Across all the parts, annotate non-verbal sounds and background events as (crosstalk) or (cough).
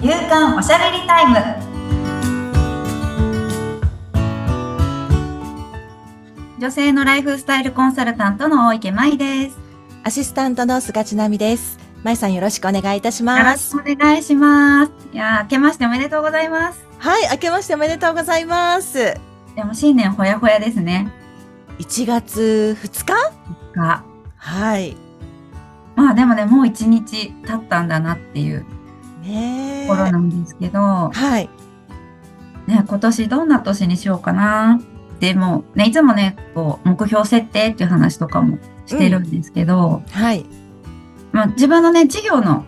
夕刊おしゃべりタイム女性のライフスタイルコンサルタントの大池舞ですアシスタントの菅千奈美です。まいさんよろしくお願いいたしよろましす。くお願いしますいやー明けましておめでとうございますはい、明けましておめでとうございます。でも新年ほやほやですね1月2日がはい。まあでもねもう一日経ったんだなっていうねえところなんですけど、はい。ね、今年どんな年にしようかなでもうねいつもねこう目標設定っていう話とかもしてるんですけど、はい。まあ、自分のね事業の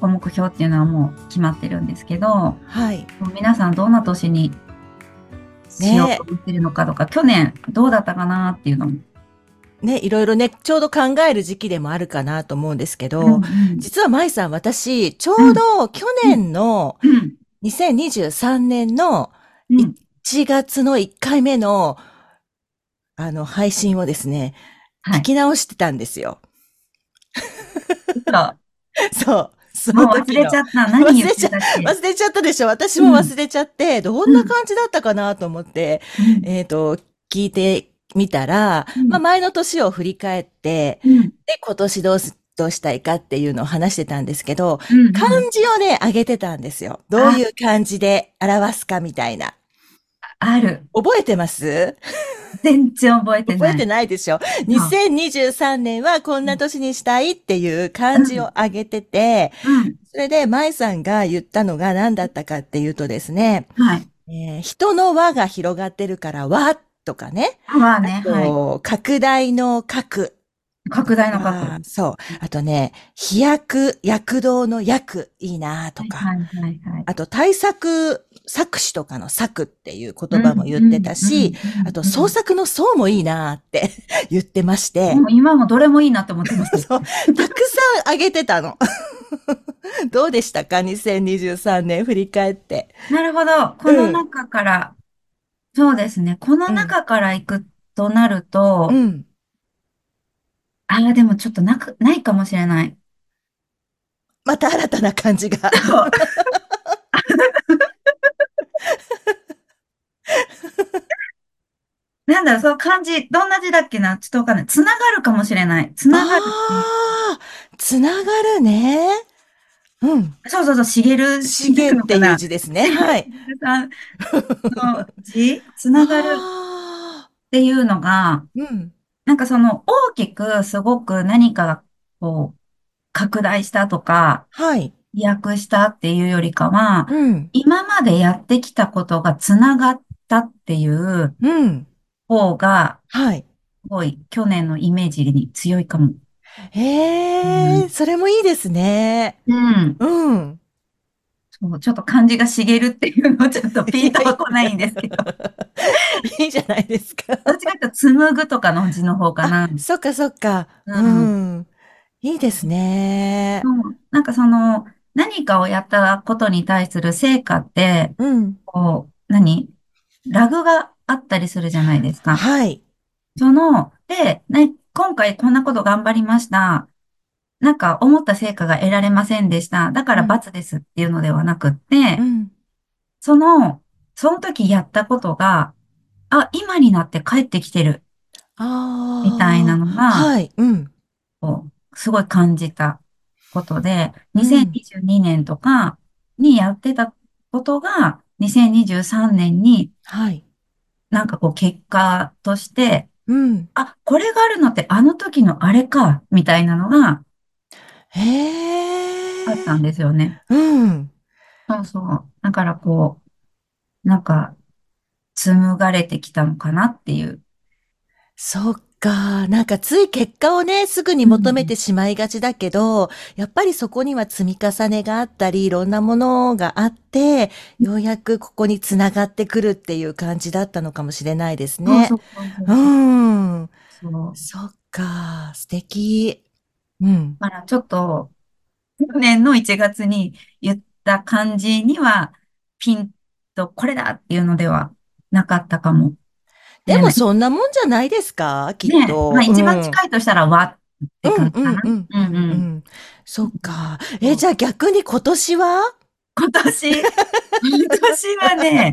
こう目標っていうのはもう決まってるんですけどもはい。う皆さんどんな年にしようと思ってるのかとか、去年どうだったかなっていうのも。ね、いろいろね、ちょうど考える時期でもあるかなと思うんですけど、うん実はまいさん、私、ちょうど去年のうん2023年のうん1月の1回目の、あの、配信をですね、はい聞き直してたんですよ。 (laughs) そう。そもうの時忘れの (laughs) ちゃった。何言ってたっ (laughs) け忘れちゃったでしょ私も忘れちゃって、どんな感じだったかなと思って、うんえっ、と、聞いてみたら、うんまあ前の年を振り返って、うんで、今年どうす、どうしたいかっていうのを話してたんですけど、うん漢字をね、上げてたんですよ。どういう漢字で表すかみたいな。ある。覚えてます全然覚えて覚ない。えてないでしょ ?2023 年はこんな年にしたいっていう漢字を上げてて、それで舞さんが言ったのが何だったかっていうとですね、うん。はい。えー人の輪が広がってるから輪とかね。まあね、はこう拡大の核。い。拡大の角あーそう。あとね、飛躍、躍動の躍、いいなとか。はいはいはい。あと、対策、作詞とかの作っていう言葉も言ってたし、うん、うんうんあと、創作の層もいいなって (laughs) 言ってまして、もう今もどれもいいなって思ってます。そう、たくさんあげてたの。どうでしたか ?2023 年振り返って。なるほど。この中から、そうですね。この中から行くとなると、うん。ああ、でもちょっとなく、ないかもしれない。また新たな感じが。なんだろう、その漢字、どんな字だっけなちょっとわかんない。つながるかもしれない。つながる。ああ、つながるね。うん。そうそうそう、しげる、しげしげるのっかていうな字ですね。はい。しげるさんの字、つながるっあていうのが、ーうん。なんかその大きくすごく何かがこう、拡大したとか、はい。飛躍したっていうよりかは、うん。今までやってきたことがつながったっていううん。方が、はい。すごい去年のイメージに強いかも。へうえ、それもいいですね。うん。うん。そう、ちょっと漢字が茂るっていうのをちょっとピンとは来ないんです (laughs) けど、どいいじゃないですか。っちかっていうと紡ぐとかの字の方かな。そっかそっか。ううん。いいですね。そうなんかその、何かをやったことに対する成果って、うん。こう、何ラグがあったりするじゃないですか。はい。その、で、ね、今回こんなこと頑張りました。なんか思った成果が得られませんでした。だからうん罰ですっていうのではなくってう、ん。その、その時やったことが、あ、今になって帰ってきてるああ。みたいなのが、はい。うん。こうすごい感じたことで、うん2022年とかにやってたことが、2023年にはい。なんかこう結果として、うん。あ、これがあるのってあの時のあれか、みたいなのがへえ。あったんですよね。うん。そうそう。だからこう、なんか、紡がれてきたのかなっていう。そっか。なんかつい結果をね、すぐに求めてしまいがちだけど、やっぱりそこには積み重ねがあったり、いろんなものがあって、ようやくここにつながってくるっていう感じだったのかもしれないですね。そうそうそうう。ん。そう。そっか。素敵。うん。だからちょっと、去年の1月に言った感じには、ピンとこれだっていうのではなかったかも。でもねそんなもんじゃないですかきっね、と。まあ一番うん近いとしたら和って感じかな。うんうんううん。んう。うんん。そっか。え、じゃあ逆に今年は今年、今年は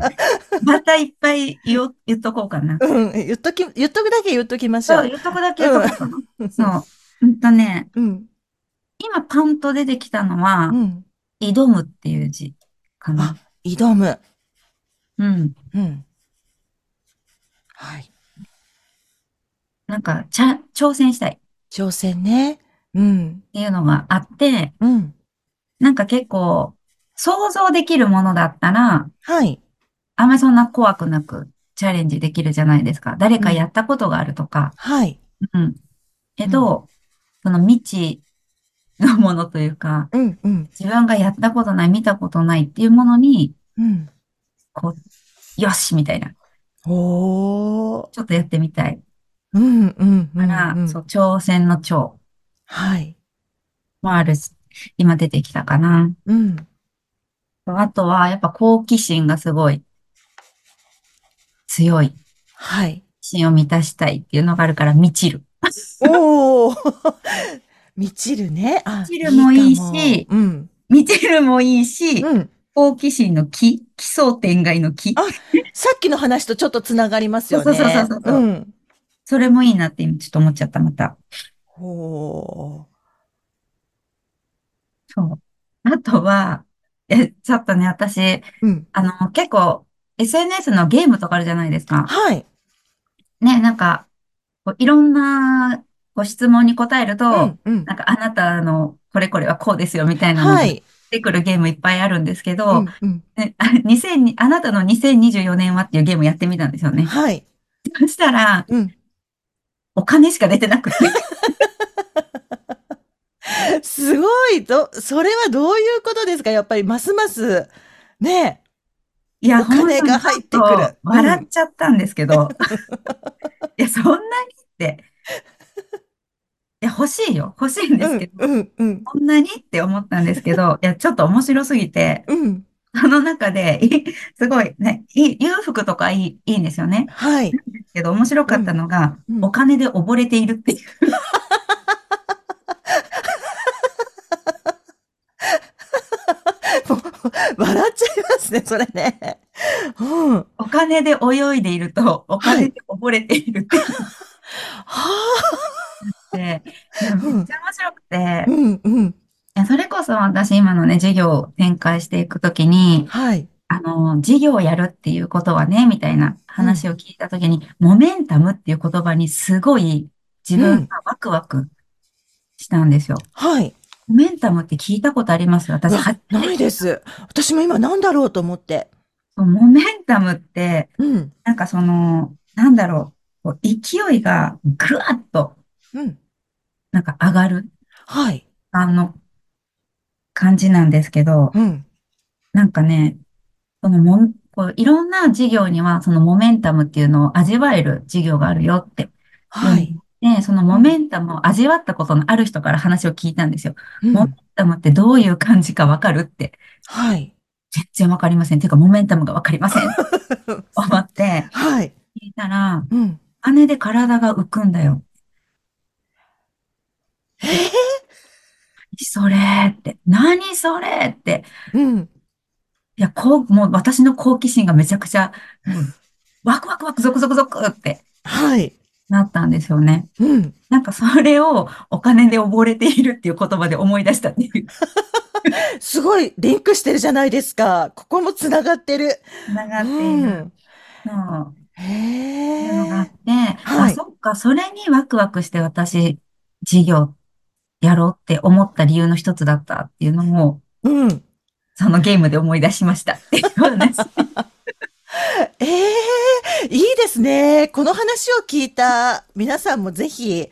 ね、(laughs) またいっぱい言お、言っとこうかな。うん、言っとき、言っとくだけ言っときましょそう、う。言っとくだけ言っとこうかな。うん。そう。うんとね、うん。今パンと出てきたのうは、ん。挑むっていう字かあ、な。挑む。うん。うん。はい。なんか、ちゃ、挑戦したいっ挑戦ね。うん。ていうのがあって、うん。なんか結構、想像できるものだったら、はい。あんまりそんな怖くなくチャレンジできるじゃないですか。誰うかん。やったことがあるとか。はい。うん。けうん。ど、その未知のものというか、うん。うん。自分がやったことない、見たことないっていうものに、うん。こう、よしみたいな。おー。ちょっとやってみたい。うん。うん。うかん。ら、うそん。う、挑戦の挑はい。もあるし、今出てきたかな。うん。あとは、やっぱ好奇心がすごい強い。はい。心を満たしたいっていうのがあるから、満ちる。 (laughs) お (laughs) ー。満ちるね。満あ、ちるいいもかいいも。し、うん。満ちるもいいし、うん。好奇心の奇、奇想天外の奇。あ、さっきの話とちょっとつながりますそうよそうそうそうね。。そう。そううんそれもいいなって今ちょっと思っちゃった、また。ほー。そう。あとは、え、ちょっとね、私、うん。あの、結構、SNS のゲームとかあるじゃないですか。はい。ね、なんか、こういろんなご質問に答えるうと、ん、うん。なんかあなたのこれこれはこうですよみたいなのはがい。出てくるゲームいっぱいあるんですけ (laughs) うど、ん、うん。ね、あ2000、あなたの2024年はっていうゲームやってみたんですよ (laughs) ね。はい。そしたら、うん。お金しか出てなく (laughs) て。すごい、ど、それはどういうことですかやっぱり、ますます、ねえ、いや、お本金当にがちょ入っってくとる。う笑っん。ちゃったんですけ (laughs) ど、いや、そんなにって、いや、欲しいよ。欲しいんでうすん、けど、うん、うん、そんなにって思ったんですけ (laughs) ど、いや、ちょっと面白すぎて、うん。その中で、いすごいね、いい、裕福とかいい、いいんですよね。はい。けど、面白かうったん、のが、うおん。金で溺れているっていう。もう笑っちゃいますね、それね。うん。お金で泳いでいると、おは金い。で溺れているって言っはて、いや、めあ。っうん、ちゃ面白くて、うん、うん。いや、それこそ私今のね、事業を展開していくときに、はい。あの、事業をやるっていうことはね、みたいなうん、話を聞いたときに、モメンタムっていう言葉にすごい自う分ん。がワクワクしたんですよ。はい。モメンタムって聞いたことありますう私わ、初めてない聞でいた。す。私も今なんだろうと思って。そうモメンタムって、うん、なんかその、なんだろう、こう勢いがぐわっと、うん。なんか上がる、はい。あの、感じなんですけど、うん。なんかね、そのもん、こういろんな事業には、そのモメンタムっていうのを味わえる事業があるよっていうはのい。で、そのうモメん、ンタムを味わったことのある人から話を聞いたんですよ。うモメンん。タムってどういう感じかわかるって、はい。全然わかりません。てか、モメンタムがわかりませんって思って、はい。聞いたら、うん。姉で体が浮くんだよ。ええそれって、何それって、うん。いや、こう、もう私の好奇心がめちゃくちゃ、もう、ワクワクワクゾクゾクゾクってはい。なったんですよね。うん。なんかそれをお金で溺れているっていう言葉で思い出したっていう。すごいリンクしてるじゃないですか。ここもつながってる。繋がうっている。ん。そう。っていうのがあへっえ。て、あ、はい。そっか、それにワクワクして私、事業やろうって思った理由の一つだったっていうのを、うん。そのゲームで思い出しま (laughs) したっていう話。ええ、いいですね。この話を聞いた皆さんもぜひ、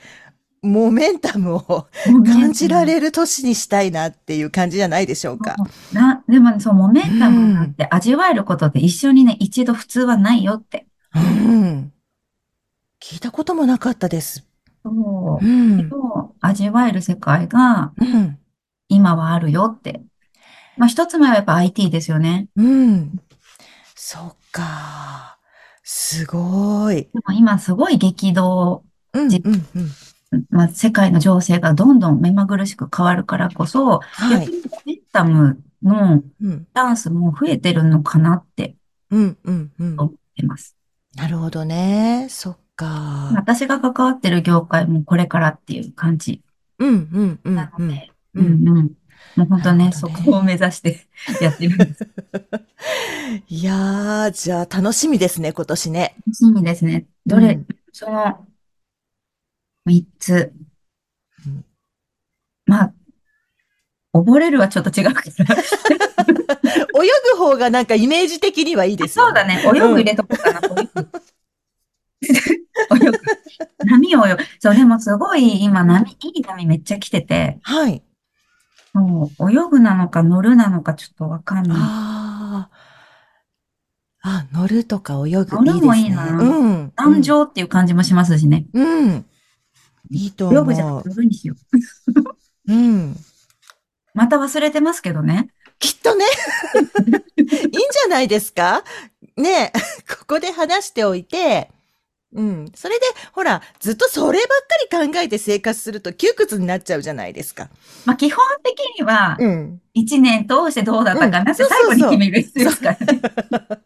モメンタムをモメ感ンタじらム。れる年にしたいなっていう感じじゃないでしょうか。そうな、でもね、そう、モメうンタムなんん。て味わえることで一緒にね、一度普通はないよって。うん。聞いたこともなかったです。そうう。けん。ど、味わえる世界がうん。今はあるよって。まあ、一つ前はやっぱ IT ですよね。うん。そっか。すごい。でも今すごい激動、うん、じ、うん、うん。まあ、世界の情勢がどんどん目まぐるしく変わるからこそ、は逆い。にモメンタムのうん。ダンスも増えてるのかなってうん、うん、うん。思ってます。なるほどね。そっか。私が関わってる業界もこれからっていう感じうん、うん、う、なんうのん。で、う。うんんうん。もう本な当るほね、どそね。こを目指してやってるんです。いやー、じゃあ楽しみですね、今年ね。楽しみですね。うどれ、ん。その3つ。うんまあ、溺れるはちょっと違うけど。泳ぐ方がなんかイメージ的にはいいですよそうだね。ね。泳ぐう入ん。れとこうかな。泳ぐ。 (laughs) 泳ぐ。波を泳ぐ。そう、でもすごい今うん波、いい波めっちゃ来てて、はい。もう泳ぐなのか乗るなのかちょっとわかんない。ああ、あ、乗るとか泳ぐ乗るいいでもいすいね。な。うん、う壇ん、上っていう感じもしますしね。うん。いいと泳ぐじゃなく思てう。乗るにしよう。うん。また忘れてますけどね。きっとね、いいんじゃないですかねえ、ここで話しておいて、うん。それで、ほら、ずっとそればっかり考えて生活すると窮屈になっちゃうじゃないですか。まあ、基本的には、うん。一年通してどうだっうたかん。なってそう最そ後うにそ決う。める必要そでう。すからね。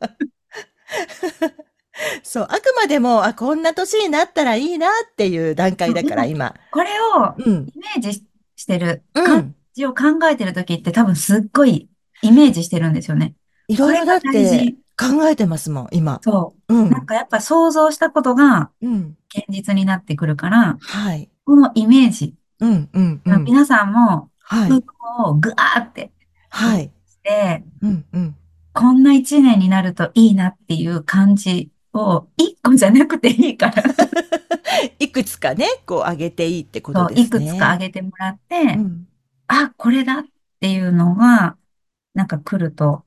そう。あくまでも、あ、こんな年になったらいいなっていう段階そうだでからも、今。これをうん。イメージししてる、う感ん。じを考えてるときって多分すっごいイメージしてるんですよね。いころいれろがだっ大て事。考えてますもん、今。そうう。なんん。かやっぱ想像したことがうん。現実になってくるから、はい。このイメージ、うん、うん、うん。皆さんもは空い。港をぐわーってイメはージい。して、うん、うん。こんな一年になるといいなっていう感じを一個じゃなくていいから、いくつかね、こう上げていいってことそう、でいすくつかね。挙げてもらっうて、ん。あ、これだっていうのが、なんか来ると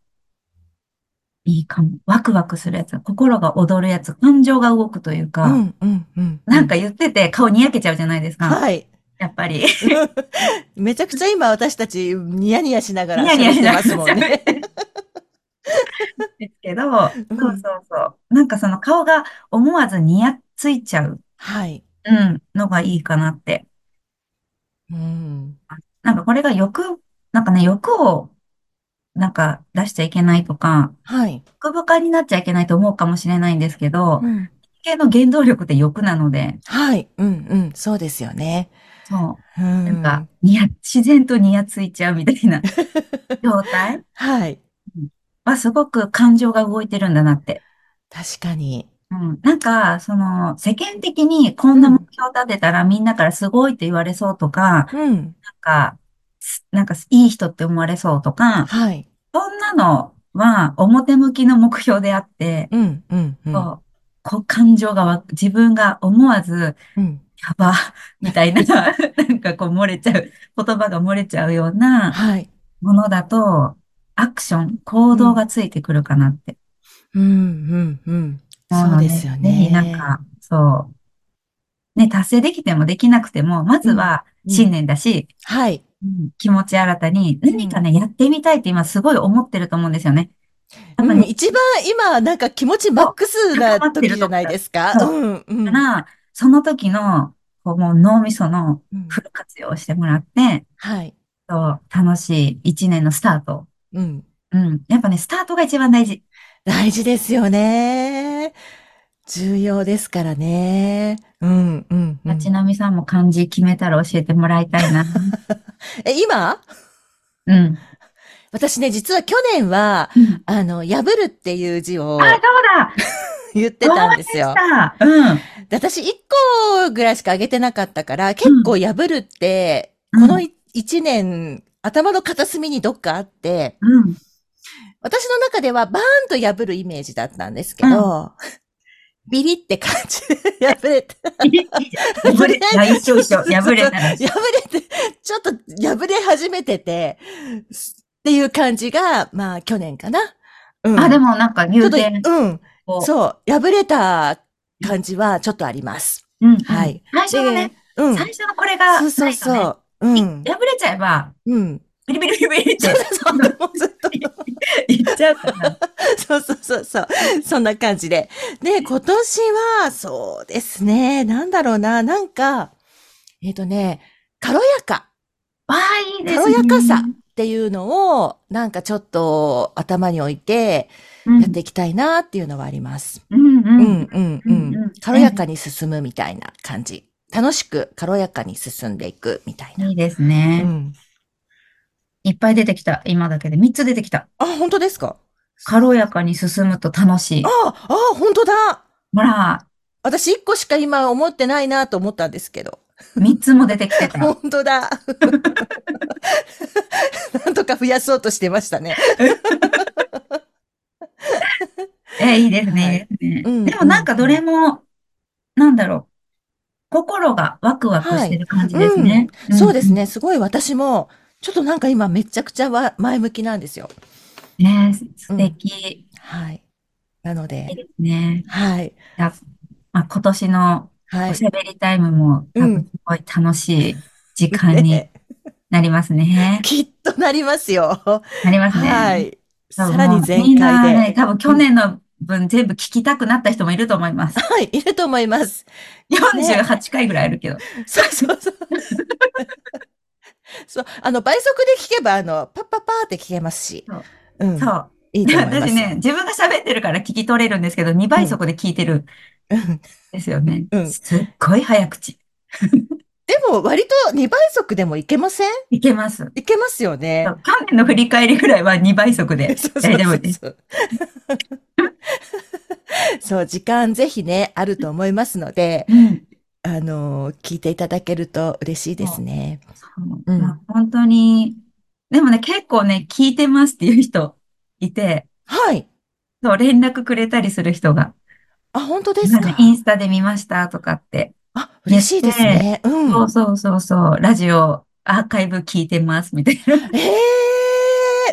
いいかも。ワクワクするやつ、心が躍るやつ、感情が動くといううか、ん、うん、うん、うなんかん。言ってて顔にやけちゃうじゃないですか。はい。やっぱり。 (laughs) めちゃくちゃ今私たちニヤニヤしながニらヤニヤ喋してながっますらもん喋っね。。てるん (laughs) ですけど、そううんそうそう。なんかその顔が思わずにやついちゃう、はい。うん、のがいいかなって。うん。なんかこれが欲、なんかね、欲をなんか出しちゃいけないとか、はい。欲深になっちゃいけないと思うかもしれないんですけど、うん。人間の原動力って欲なので、はい。うん、うん。そうですよね。そうう。なんか、ん。にや、自然とにやついちゃうみたいな状態はい。うんはすごく感情が動いてるんだなって。確かに。うん。なんか、その、世間的にこうんな目ん。標立てたらみんなからすごいって言われそうとか、うん。なんか、すなんかいい人って思われそうとか、はい。そんなのは表向きの目標であって、うん、うん、うん。こう、こう感情がわ、自分が思わず、うん。やば、みたい (laughs) な、なんかこう漏れちゃう、言葉が漏れちゃうようなはい。ものだと、アクション、行う動ん。がついてくるかなって。うん、うん、うん。もうそうのでで、すよぜひなんね。か、そう、ね、達成できてもできなくても、まうずん、はうん。信念だし、はい。うん気持ち新たに、う何かん。ね、やってみたいって今すごい思ってると思うんですよね。多う分ん、ね、一番今、なんか気持ちマッそう、クス高なまって時るじゃとなこいろ。ですかそう。うん、うかん、ら、その時の、こう、もう脳みそのうフん。ル活用をしてもらって、はい。そう楽しい一年のスタート。うん。うん。やっぱね、スタートが一番大事。 (laughs) 大事ですよね。重要ですからね。うん、うん、うちん。なみさんも漢字決めたら教えてもらいたい (laughs) な。え、今うん。私ね、実は去年は、うん。あの、破るっていう字あ、をそうだ言って思いたんです出しよ。た。うん。で私1個ぐらいしか上げてなかったから、う結ん。構破るって、うこのん。 1年、頭の片隅にどっかあって、うん。私の中ではバーンと破るイメージだったんですうけん。ど、ビリって感じで破れて、 (laughs) いいいいじゃんと破りれ、あ、あえ一緒ず、一そ緒。うそう破それう、たら一緒。 (laughs) 破れて、ちょっと破れ始めてて、すっていう感じが、まあ去年かな。うあ、でん。もなんかちょ入っと、店、うん。こそう、破れう、たうん感じはちょっとあります。うんうはん。い。最初ので、ね、う最ん。初のこれそがうそなういとね、そう。ういん。破れちゃえば、うん。ビリビリビリビリっそうて、 (laughs) そうそう。もうずっと。言っちゃうから。 (laughs) そうそうそうそう。そんな感じで。で、今年は、そうですね。なんだろうな。なんか、えっとね、軽やか。わあ、いいです軽やかさ。ね。っていうのを、なんかちょっと頭に置いて、うやってん、いきたいなっていうのはあります。うん、ううん。ん、うん、ううんん。う軽やかに進むみたいな感じ。楽しく軽やかに進んでいくみたいん、いな。いですうね。ん。いっぱい出てきた。今だけで3つ出てきた。あ、本当ですか軽やかに進むと楽しあい。あ、本当だほら、私一個しか今思ってないなと思ったんですけど。 3つも出てきてた。本 (laughs) 当だ。なんとか増やそうとしてましたね。え、いいですはねい。いいですねうんでもなんかうんどれも、なんだろう。心がワクワクしてる感じですね。うん。そうですん。ね。すごい私も、ちょっとなんか今めちゃくちゃわ前向きなんですよ。ね、素うん。敵はい。なのいいで、ですね。はい。いやまあ、今年のはおい。しゃべりタイムもう多ん分すごい楽しい時間にねなりますね。 (laughs) きっとなりますよ。なりますね。はい。多さ分らにもうみ全んな開で。ね、多分去年の分全部聞きたくなった人もいると思います。 (laughs) はい、いると思います。ね。 48回ぐらいあるけど。そうそう (laughs) そう。そう。あの、倍速で聞けば、あの、パッパッパーって聞けますし。そう。うん。そう。いいでと思い (laughs) ま私すよ。ね、自分が喋ってるから聞き取れるんですけど、2う倍ん。速で聞いてるんうんですよね。うん。すっごい早口。でも、割と2倍速でもいけませんいけます。いけますよそね。う去年の振り返りぐらいは2倍速で (laughs) そうそ大う丈そ夫うです。 (laughs) そう。そう、時間ぜひね、あると思いますので、うん。あのー聞いていただけると嬉しいですそうね。そううまあん。本当に、でもね、結構ね、聞いてますっていう人いて、はい。そう、連絡くれたりする人が、あ、本当ですなんかインかスタで見ましたとかってあ、言嬉っしいですて、ね。う。そうんそうそうそう、ラジオアーカイブ聞いてますみたいな。え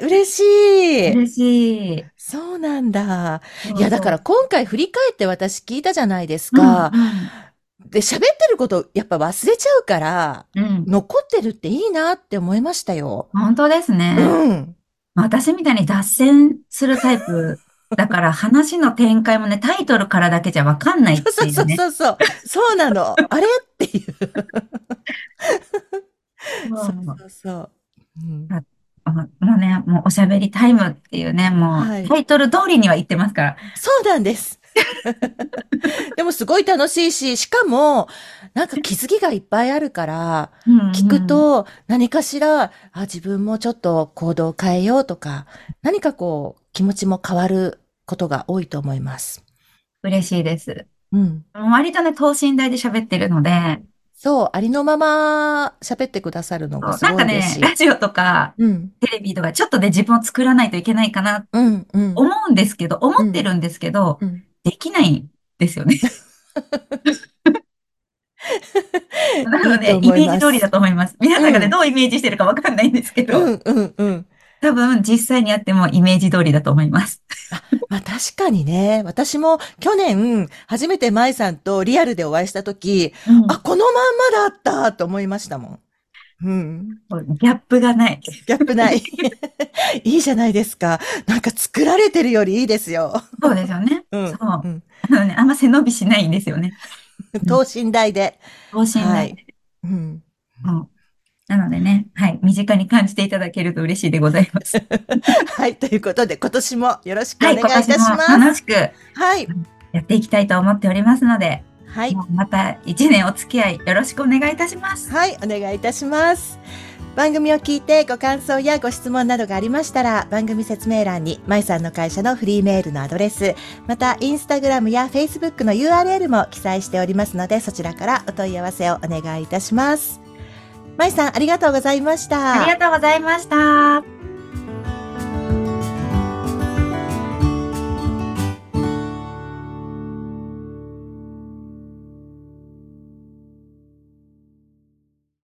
えー、嬉しい。嬉しい。そうなんだ。いそうや、だそからう。今回振り返って私聞いたじゃないですうん、か。うん、で、喋ってることやっぱ忘れちゃうから、うん。残ってるっていいなって思いましたよ。本当ですね。うん。私みたいに脱線するタイプだ (laughs) から話の展開もね、タイトルからだけじゃわかんないっそてういそううね。そうそう。そう (laughs) なの。あれっていう。そそううそうそう。うん、あもうね、もうおしゃべりタイムっていうね、もはうい。タイトル通りには言ってますから。そうなんです。 (laughs) でもすごい楽しいし、しかも、なんか気づきがいっぱいあるから、うん聞くうん。と何かしら、あ、自分もちょっと行動を変えようとか、何かこう、気持ちも変わることが多いと思います。嬉しいです。うん。割とね、等身大で喋ってるので、そう、ありのまま喋ってくださるのがそうすなんごかい嬉ね、しラい。ジオとかうん、テレビとかちょっとね、自分を作らないといけないかな、うん、うん、思うんですけど、思うってん、るんですけど、うん。できないんです (laughs) よね。ないのいとで、イ思いメージま通りだす。と思います。皆さんうがね、ん、どうイメージしてるかわかんないんですけうど、ん、うん、うん。多分実際にやってもイメージ通りだと思います。あ、まあ確かにね、私も去年、初めて舞さんとリアルでお会いしたとき、うあ、ん。このまんまだったと思いましたもん。うん。ギャップがない。ギャッ (laughs) プない。いいじゃないですか。なんか作られてるよりいいですよ。そうですよね。うそん、う。あうん。のね、あんま背伸びしないんですよね。うん。等身大で。等身は大い。で。うん。そうなのでね、はい、身近に感じていただけると嬉しいでございます。はい。ということで、今年もよろしくはおい、今願いい年たもしま楽す。しくやはい。っていきたいと思っておりますので、はい。もうまた一年お付き合いよろしくお願いいたします。はい。お願いいたします。番組を聞いてご感想やご質問などがありましたら、番組説明欄に、まいさんの会社のフリーメールのアドレス、また、インスタグラムやフェイスブックの URL も記載しておりますので、そちらからお問い合わせをお願いいたします。まいさん、ありがとうございましありた。がとうございました。